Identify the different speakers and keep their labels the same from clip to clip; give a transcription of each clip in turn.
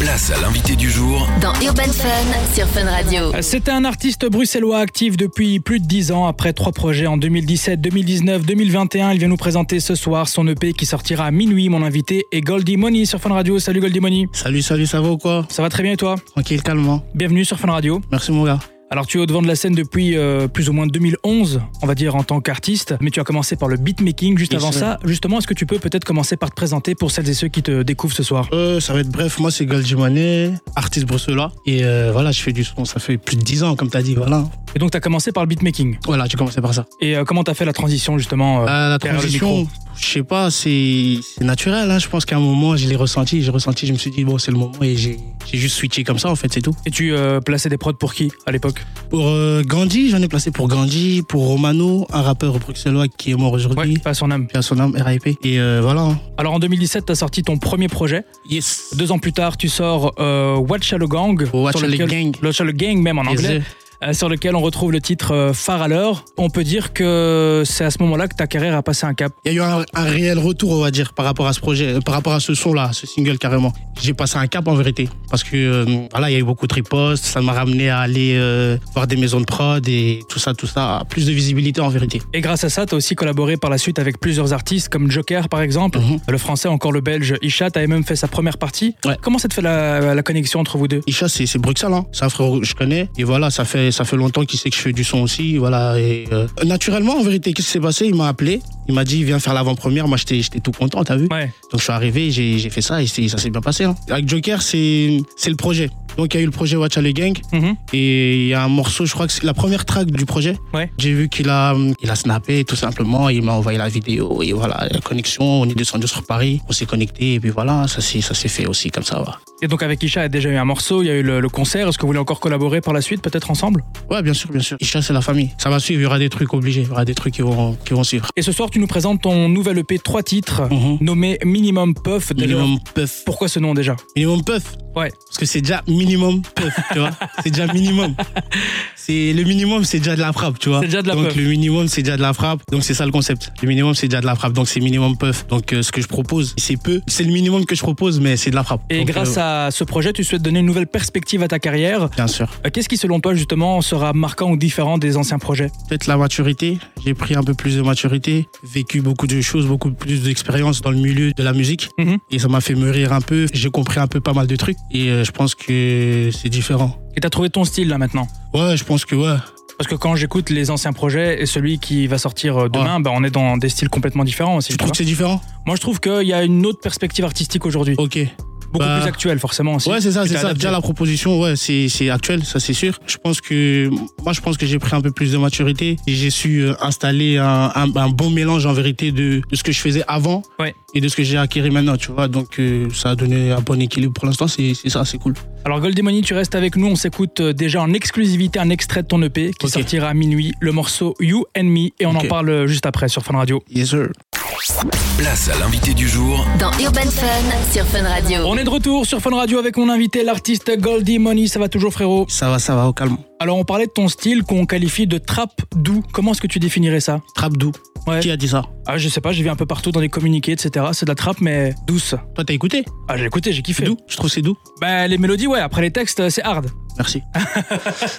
Speaker 1: Place à l'invité du jour
Speaker 2: Dans Urban Fun sur Fun Radio.
Speaker 3: Euh, C'était un artiste bruxellois actif depuis plus de 10 ans. Après trois projets en 2017, 2019, 2021, il vient nous présenter ce soir son EP qui sortira à minuit. Mon invité est Goldie Money sur Fun Radio. Salut Goldie Money.
Speaker 4: Salut, salut, ça va ou quoi
Speaker 3: Ça va très bien et toi
Speaker 4: Tranquille, calmement.
Speaker 3: Bienvenue sur Fun Radio.
Speaker 4: Merci mon gars.
Speaker 3: Alors tu es au devant de la scène depuis euh, plus ou moins 2011, on va dire en tant qu'artiste, mais tu as commencé par le beatmaking juste
Speaker 4: Bien
Speaker 3: avant
Speaker 4: sûr.
Speaker 3: ça. Justement, est-ce que tu peux peut-être commencer par te présenter pour celles et ceux qui te découvrent ce soir
Speaker 4: Euh, ça va être bref, moi c'est Galdimane, artiste bruxellois. Et euh, voilà, je fais du son, ça fait plus de 10 ans comme t'as dit, voilà.
Speaker 3: Et donc tu as commencé par le beatmaking.
Speaker 4: Voilà, j'ai commencé par ça.
Speaker 3: Et euh, comment tu as fait la transition justement euh,
Speaker 4: Euh, la
Speaker 3: derrière le
Speaker 4: transition,
Speaker 3: micro.
Speaker 4: je sais pas, c'est c'est naturel, hein. je pense qu'à un moment je l'ai ressenti, j'ai ressenti, je me suis dit bon c'est le moment et j'ai j'ai juste switché comme ça en fait, c'est tout.
Speaker 3: Et tu euh, plaçais des prods pour qui à l'époque
Speaker 4: Pour euh, Gandhi, j'en ai placé pour Gandhi, pour Romano, un rappeur bruxellois qui est mort
Speaker 3: Ouais,
Speaker 4: aujourd'hui.
Speaker 3: pas à son âme.
Speaker 4: Puis à son âme, RIP. Et euh, voilà. hein.
Speaker 3: Alors en 2017, tu as sorti ton premier projet.
Speaker 4: Yes.
Speaker 3: Deux ans plus tard, tu sors euh, What Shall a Gang
Speaker 4: What
Speaker 3: sur
Speaker 4: Shall a
Speaker 3: lequel-
Speaker 4: Gang.
Speaker 3: What Shall a Gang même en anglais.
Speaker 4: Yes.
Speaker 3: euh, sur lequel on retrouve le titre euh, Phare à l'heure. On peut dire que c'est à ce moment-là que ta carrière a passé un cap.
Speaker 4: Il y a eu un, un réel retour, on va dire, par rapport à ce projet, euh, par rapport à ce son-là, ce single carrément. J'ai passé un cap en vérité, parce que euh, voilà, il y a eu beaucoup de ripostes, ça m'a ramené à aller euh, voir des maisons de prod et tout ça, tout ça, plus de visibilité en vérité.
Speaker 3: Et grâce à ça, tu as aussi collaboré par la suite avec plusieurs artistes comme Joker par exemple,
Speaker 4: Mhm.
Speaker 3: le français, encore le belge Isha, t'avais même fait sa première partie.
Speaker 4: Ouais.
Speaker 3: Comment ça te fait la, la connexion entre vous deux
Speaker 4: Isha, c'est c'est Bruxelles, hein. c'est un frérot que je connais, et voilà, ça fait ça fait longtemps qu'il sait que je fais du son aussi, voilà. Et euh, naturellement, en vérité, qu'est-ce qui s'est passé Il m'a appelé, il m'a dit viens faire l'avant-première. Moi, j'étais j'étais tout content, t'as vu
Speaker 3: Ouais.
Speaker 4: Donc je suis arrivé, j'ai j'ai fait ça et c'est- ça s'est bien passé. hein. Avec Joker, c'est c'est le projet. Donc il y a eu le projet Watch Out Gang
Speaker 3: Mhm.
Speaker 4: et il y a un morceau, je crois que c'est la première track du projet.
Speaker 3: Ouais.
Speaker 4: J'ai vu qu'il a hum, il a snappé tout simplement, il m'a envoyé la vidéo et voilà la connexion. On est descendu sur Paris, on s'est connecté et puis voilà ça s'est ça s'est fait aussi comme ça. voilà.
Speaker 3: Et donc avec Isha, il y a déjà eu un morceau, il y a eu le, le concert. Est-ce que vous voulez encore collaborer par la suite, peut-être ensemble
Speaker 4: Ouais bien sûr bien sûr. Isha c'est la famille. Ça va suivre, il y aura des trucs obligés, il y aura des trucs qui vont qui vont suivre.
Speaker 3: Et ce soir, tu nous présentes ton nouvel EP trois titres
Speaker 4: Mhm.
Speaker 3: nommé Minimum Puff. D'ailleurs,
Speaker 4: Minimum puff.
Speaker 3: Pourquoi ce nom déjà
Speaker 4: Minimum puff.
Speaker 3: Ouais.
Speaker 4: Parce que c'est déjà minimum puff, tu vois. C'est déjà minimum. C'est le minimum, c'est déjà de la frappe, tu vois.
Speaker 3: C'est déjà de la
Speaker 4: Donc
Speaker 3: puff.
Speaker 4: le minimum, c'est déjà de la frappe. Donc c'est ça le concept. Le minimum, c'est déjà de la frappe. Donc c'est minimum puff. Donc euh, ce que je propose, c'est peu. C'est le minimum que je propose, mais c'est de la frappe.
Speaker 3: Et
Speaker 4: Donc,
Speaker 3: grâce
Speaker 4: euh,
Speaker 3: à ce projet, tu souhaites donner une nouvelle perspective à ta carrière.
Speaker 4: Bien sûr.
Speaker 3: Euh, Qu'est-ce qui, selon toi, justement, sera marquant ou différent des anciens projets
Speaker 4: Peut-être la maturité. J'ai pris un peu plus de maturité, vécu beaucoup de choses, beaucoup plus d'expérience dans le milieu de la musique.
Speaker 3: Mhm.
Speaker 4: Et ça m'a fait mûrir un peu. J'ai compris un peu pas mal de trucs. Et euh, je pense que c'est différent.
Speaker 3: Et t'as trouvé ton style là maintenant
Speaker 4: Ouais, je pense que ouais.
Speaker 3: Parce que quand j'écoute les anciens projets et celui qui va sortir euh, demain, bah, on est dans des styles complètement différents aussi.
Speaker 4: Tu
Speaker 3: tu
Speaker 4: trouves
Speaker 3: vois.
Speaker 4: que c'est différent
Speaker 3: Moi, je trouve qu'il y a une autre perspective artistique aujourd'hui,
Speaker 4: Ok.
Speaker 3: beaucoup
Speaker 4: bah-
Speaker 3: plus actuelle forcément aussi.
Speaker 4: Ouais, c'est ça,
Speaker 3: Tu
Speaker 4: c'est
Speaker 3: t'es
Speaker 4: ça.
Speaker 3: adapté.
Speaker 4: Déjà la proposition, ouais, c'est c'est actuel, ça c'est sûr. Je pense que moi, je pense que j'ai pris un peu plus de maturité. et J'ai su euh, installer un, un- un bon mélange en vérité de, de ce que je faisais avant
Speaker 3: Ouais.
Speaker 4: et de ce que j'ai acquis maintenant, tu vois. Donc euh, ça a donné un bon équilibre pour l'instant. C'est c'est ça, c'est cool.
Speaker 3: Alors Goldemony, tu restes avec nous, on s'écoute euh, déjà en exclusivité un extrait de ton EP qui
Speaker 4: Ok.
Speaker 3: sortira à minuit, le morceau You and Me, et on en
Speaker 4: Ok.
Speaker 3: parle euh, juste après sur Fun Radio.
Speaker 4: Yes sir.
Speaker 1: Place à l'invité du jour
Speaker 2: Dans Urban Fun sur Fun Radio.
Speaker 3: On est de retour sur Fun Radio avec mon invité, l'artiste Goldie Money. Ça va toujours, frérot
Speaker 4: Ça va, ça va au calme.
Speaker 3: Alors, on parlait de ton style qu'on qualifie de trap doux. Comment est-ce que tu définirais ça
Speaker 4: Trap doux.
Speaker 3: Ouais.
Speaker 4: Qui a dit ça
Speaker 3: Ah, je sais pas, j'ai vu un peu partout dans les communiqués, etc. C'est de la trap, mais douce.
Speaker 4: Toi, t'as écouté
Speaker 3: Ah, j'ai écouté, j'ai kiffé.
Speaker 4: C'est doux. Je trouve c'est doux.
Speaker 3: Bah, les mélodies, ouais, après les textes, euh, c'est hard.
Speaker 4: Merci.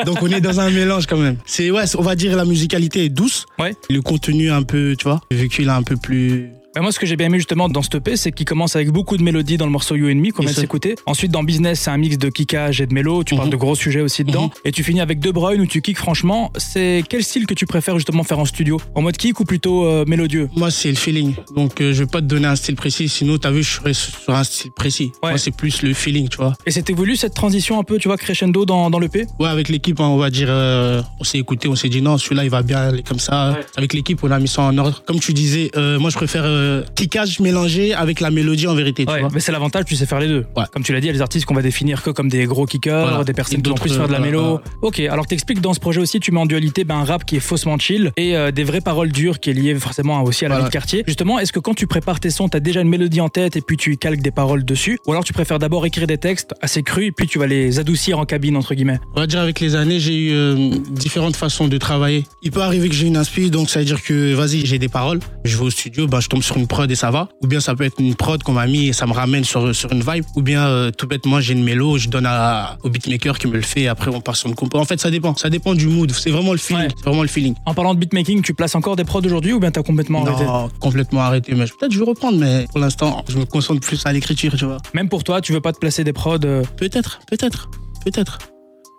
Speaker 4: Donc on est dans un mélange quand même. C'est ouais, on va dire la musicalité est douce.
Speaker 3: Ouais.
Speaker 4: Le contenu un peu, tu vois, le vécu il est un peu plus
Speaker 3: Bah, moi, ce que j'ai bien aimé justement dans ce EP, c'est qu'il commence avec beaucoup de mélodies dans le morceau You and Me qu'on
Speaker 4: Et
Speaker 3: vient de
Speaker 4: ça-
Speaker 3: s'écouter. Ensuite, dans Business, c'est un mix de kickage et de mélo. Tu parles
Speaker 4: Mhm.
Speaker 3: de gros sujets aussi dedans.
Speaker 4: Mhm.
Speaker 3: Et tu finis avec De Bruyne où tu kicks, franchement. C'est quel style que tu préfères justement faire en studio En mode kick ou plutôt euh, mélodieux
Speaker 4: Moi, c'est le feeling. Donc, euh, je vais pas te donner un style précis. Sinon, t'as vu, je serais sur un style précis.
Speaker 3: Ouais.
Speaker 4: Moi, c'est plus le feeling, tu vois.
Speaker 3: Et c'était voulu cette transition un peu, tu vois, crescendo dans, dans l'EP
Speaker 4: Ouais, avec l'équipe, hein, on va dire, euh, on s'est écouté, on s'est dit non, celui-là, il va bien aller comme ça. Avec l'équipe, on a mis ça en ordre. Comme tu disais, euh, moi, je préfère euh, kickage mélangé avec la mélodie en vérité, tu
Speaker 3: Ouais,
Speaker 4: vois.
Speaker 3: mais c'est l'avantage, tu sais faire les deux.
Speaker 4: Ouais.
Speaker 3: Comme tu l'as dit, il y a les artistes qu'on va définir que comme des gros kickers,
Speaker 4: Voilà.
Speaker 3: des personnes
Speaker 4: Et
Speaker 3: qui vont
Speaker 4: d'autres,
Speaker 3: plus faire de la
Speaker 4: euh,
Speaker 3: mélo.
Speaker 4: voilà.
Speaker 3: Ok, alors t'expliques dans ce projet aussi, tu mets en dualité ben, un rap qui est faussement chill et euh, des vraies paroles dures qui est lié forcément aussi à la
Speaker 4: Voilà.
Speaker 3: vie de quartier. Justement, est-ce que quand tu prépares tes sons, t'as déjà une mélodie en tête et puis tu calques des paroles dessus Ou alors tu préfères d'abord écrire des textes assez crus et puis tu vas les adoucir en cabine, entre guillemets
Speaker 4: On va dire, avec les années, j'ai eu euh, différentes façons de travailler. Il peut arriver que j'ai une inspi, donc ça veut dire que, vas-y, j'ai des paroles. Je vais au studio, bah, je tombe sur une prod et ça va. Ou bien ça peut être une prod qu'on m'a mis et ça me ramène sur, sur une vibe. Ou bien euh, tout bêtement, j'ai une mélo, je donne à, au beatmaker qui me le fait et après on part sur une compo. En fait, ça dépend. Ça dépend du mood. C'est vraiment le feeling.
Speaker 3: Ouais.
Speaker 4: C'est vraiment le feeling.
Speaker 3: En parlant de beatmaking, tu places encore des prods aujourd'hui ou bien t'as complètement arrêté
Speaker 4: Non, complètement arrêté. Mais je- peut-être je vais reprendre, mais pour l'instant, je me concentre plus à l'écriture, tu vois.
Speaker 3: Même pour toi, tu veux pas te placer des prods euh,
Speaker 4: Peut-être, peut-être, peut-être.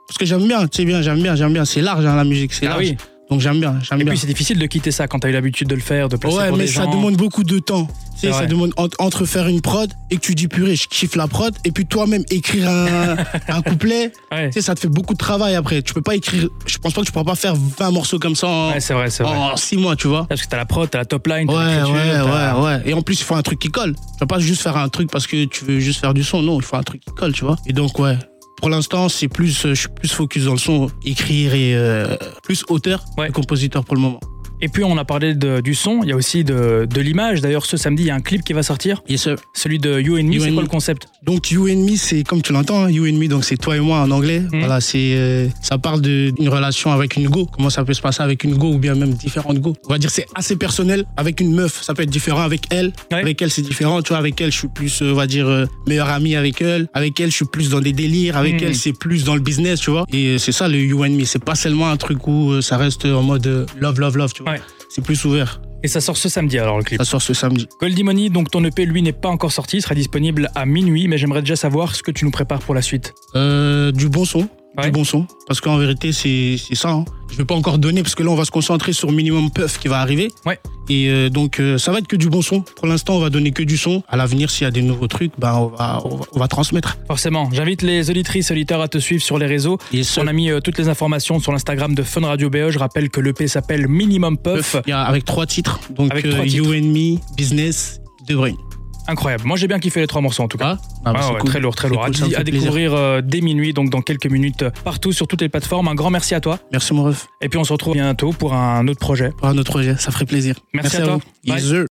Speaker 4: Parce que j'aime bien, tu sais bien, j'aime bien, j'aime bien. C'est large, hein, la musique, c'est
Speaker 3: Ah
Speaker 4: large.
Speaker 3: oui.
Speaker 4: Donc j'aime bien, j'aime
Speaker 3: Et
Speaker 4: bien.
Speaker 3: puis c'est difficile de quitter ça quand t'as eu l'habitude de le faire, de placer
Speaker 4: Ouais,
Speaker 3: pour
Speaker 4: mais
Speaker 3: des
Speaker 4: ça
Speaker 3: gens.
Speaker 4: demande beaucoup de temps. Tu
Speaker 3: C'est
Speaker 4: sais, ça
Speaker 3: vrai.
Speaker 4: demande ent- entre faire une prod et que tu dis purée, je kiffe la prod, et puis toi-même écrire un, un couplet.
Speaker 3: Ouais.
Speaker 4: Tu sais, ça te fait beaucoup de travail après. Tu peux pas écrire. Je pense pas que tu pourras pas faire 20 morceaux comme ça en,
Speaker 3: Ouais, c'est vrai, c'est vrai.
Speaker 4: en 6 mois, tu vois.
Speaker 3: Parce que t'as la prod, t'as la top line,
Speaker 4: Ouais,
Speaker 3: t'as
Speaker 4: ouais,
Speaker 3: l'écriture, t'as-
Speaker 4: ouais, ouais. Et en plus, il faut un truc qui colle. Tu vas pas juste faire un truc parce que tu veux juste faire du son. Non, il faut un truc qui colle, tu vois. Et donc, ouais. Pour l'instant, c'est plus, euh, je suis plus focus dans le son, écrire et euh, plus auteur
Speaker 3: Ouais.
Speaker 4: et compositeur pour le moment.
Speaker 3: Et puis on a parlé de- du son, il y a aussi de, de l'image. D'ailleurs, ce samedi, il y a un clip qui va sortir,
Speaker 4: Yes, sir.
Speaker 3: celui de You and Me.
Speaker 4: You
Speaker 3: C'est
Speaker 4: and
Speaker 3: quoi
Speaker 4: Me.
Speaker 3: le concept
Speaker 4: Donc You and Me, c'est comme tu l'entends, hein, You and Me, donc c'est toi et moi en anglais.
Speaker 3: Mm.
Speaker 4: Voilà, c'est euh, ça parle de- d'une relation avec une go. Comment ça peut se passer avec une go ou bien même différentes go. On va dire c'est assez personnel. Avec une meuf, ça peut être différent. Avec elle,
Speaker 3: Ouais.
Speaker 4: avec elle c'est différent. Tu vois, avec elle, je suis plus, euh, on va dire euh, meilleur ami avec elle. Avec elle, je suis plus dans des délires. Avec
Speaker 3: Mm.
Speaker 4: elle, c'est plus dans le business, tu vois. Et euh, c'est ça le You and Me. C'est pas seulement un truc où euh, ça reste en mode euh, love, love, love. Tu vois,
Speaker 3: Ouais.
Speaker 4: c'est plus ouvert.
Speaker 3: Et ça sort ce samedi alors le clip.
Speaker 4: Ça sort ce samedi.
Speaker 3: Goldie Money, donc ton EP, lui, n'est pas encore sorti, il sera disponible à minuit, mais j'aimerais déjà savoir ce que tu nous prépares pour la suite.
Speaker 4: Euh, du bon son.
Speaker 3: Ouais.
Speaker 4: Du bon son. Parce qu'en vérité, c'est c'est ça. hein. Je vais pas encore donner parce que là, on va se concentrer sur Minimum Puff qui va arriver.
Speaker 3: Ouais.
Speaker 4: Et euh, donc, euh, ça va être que du bon son. Pour l'instant, on va donner que du son. À l'avenir, s'il y a des nouveaux trucs, ben, on, va, on, va, on va transmettre.
Speaker 3: Forcément, j'invite les auditrices, auditeurs à te suivre sur les réseaux.
Speaker 4: Et
Speaker 3: On a mis euh, toutes les informations sur l'Instagram de Fun Radio BE. Je rappelle que l'EP s'appelle Minimum Puff.
Speaker 4: Il y a avec trois titres. Donc,
Speaker 3: Avec
Speaker 4: euh,
Speaker 3: trois
Speaker 4: You and Me, Business, De Bruyne.
Speaker 3: Incroyable. Moi, j'ai bien kiffé les trois morceaux en tout cas.
Speaker 4: Ah, ah, bah,
Speaker 3: Ah
Speaker 4: c'est
Speaker 3: ouais,
Speaker 4: cool.
Speaker 3: Très lourd, très
Speaker 4: C'est
Speaker 3: lourd.
Speaker 4: cool,
Speaker 3: à
Speaker 4: ça me
Speaker 3: di- à
Speaker 4: fait plaisir.
Speaker 3: découvrir euh, dès minuit, donc dans quelques minutes, euh, partout sur toutes les plateformes. Un grand merci à toi.
Speaker 4: Merci, mon ref,
Speaker 3: Et puis, on se retrouve bientôt pour un autre projet.
Speaker 4: pour notre projet. Ça ferait plaisir.
Speaker 3: Merci à toi.
Speaker 4: vous.
Speaker 3: Bye.
Speaker 4: Yes, sir.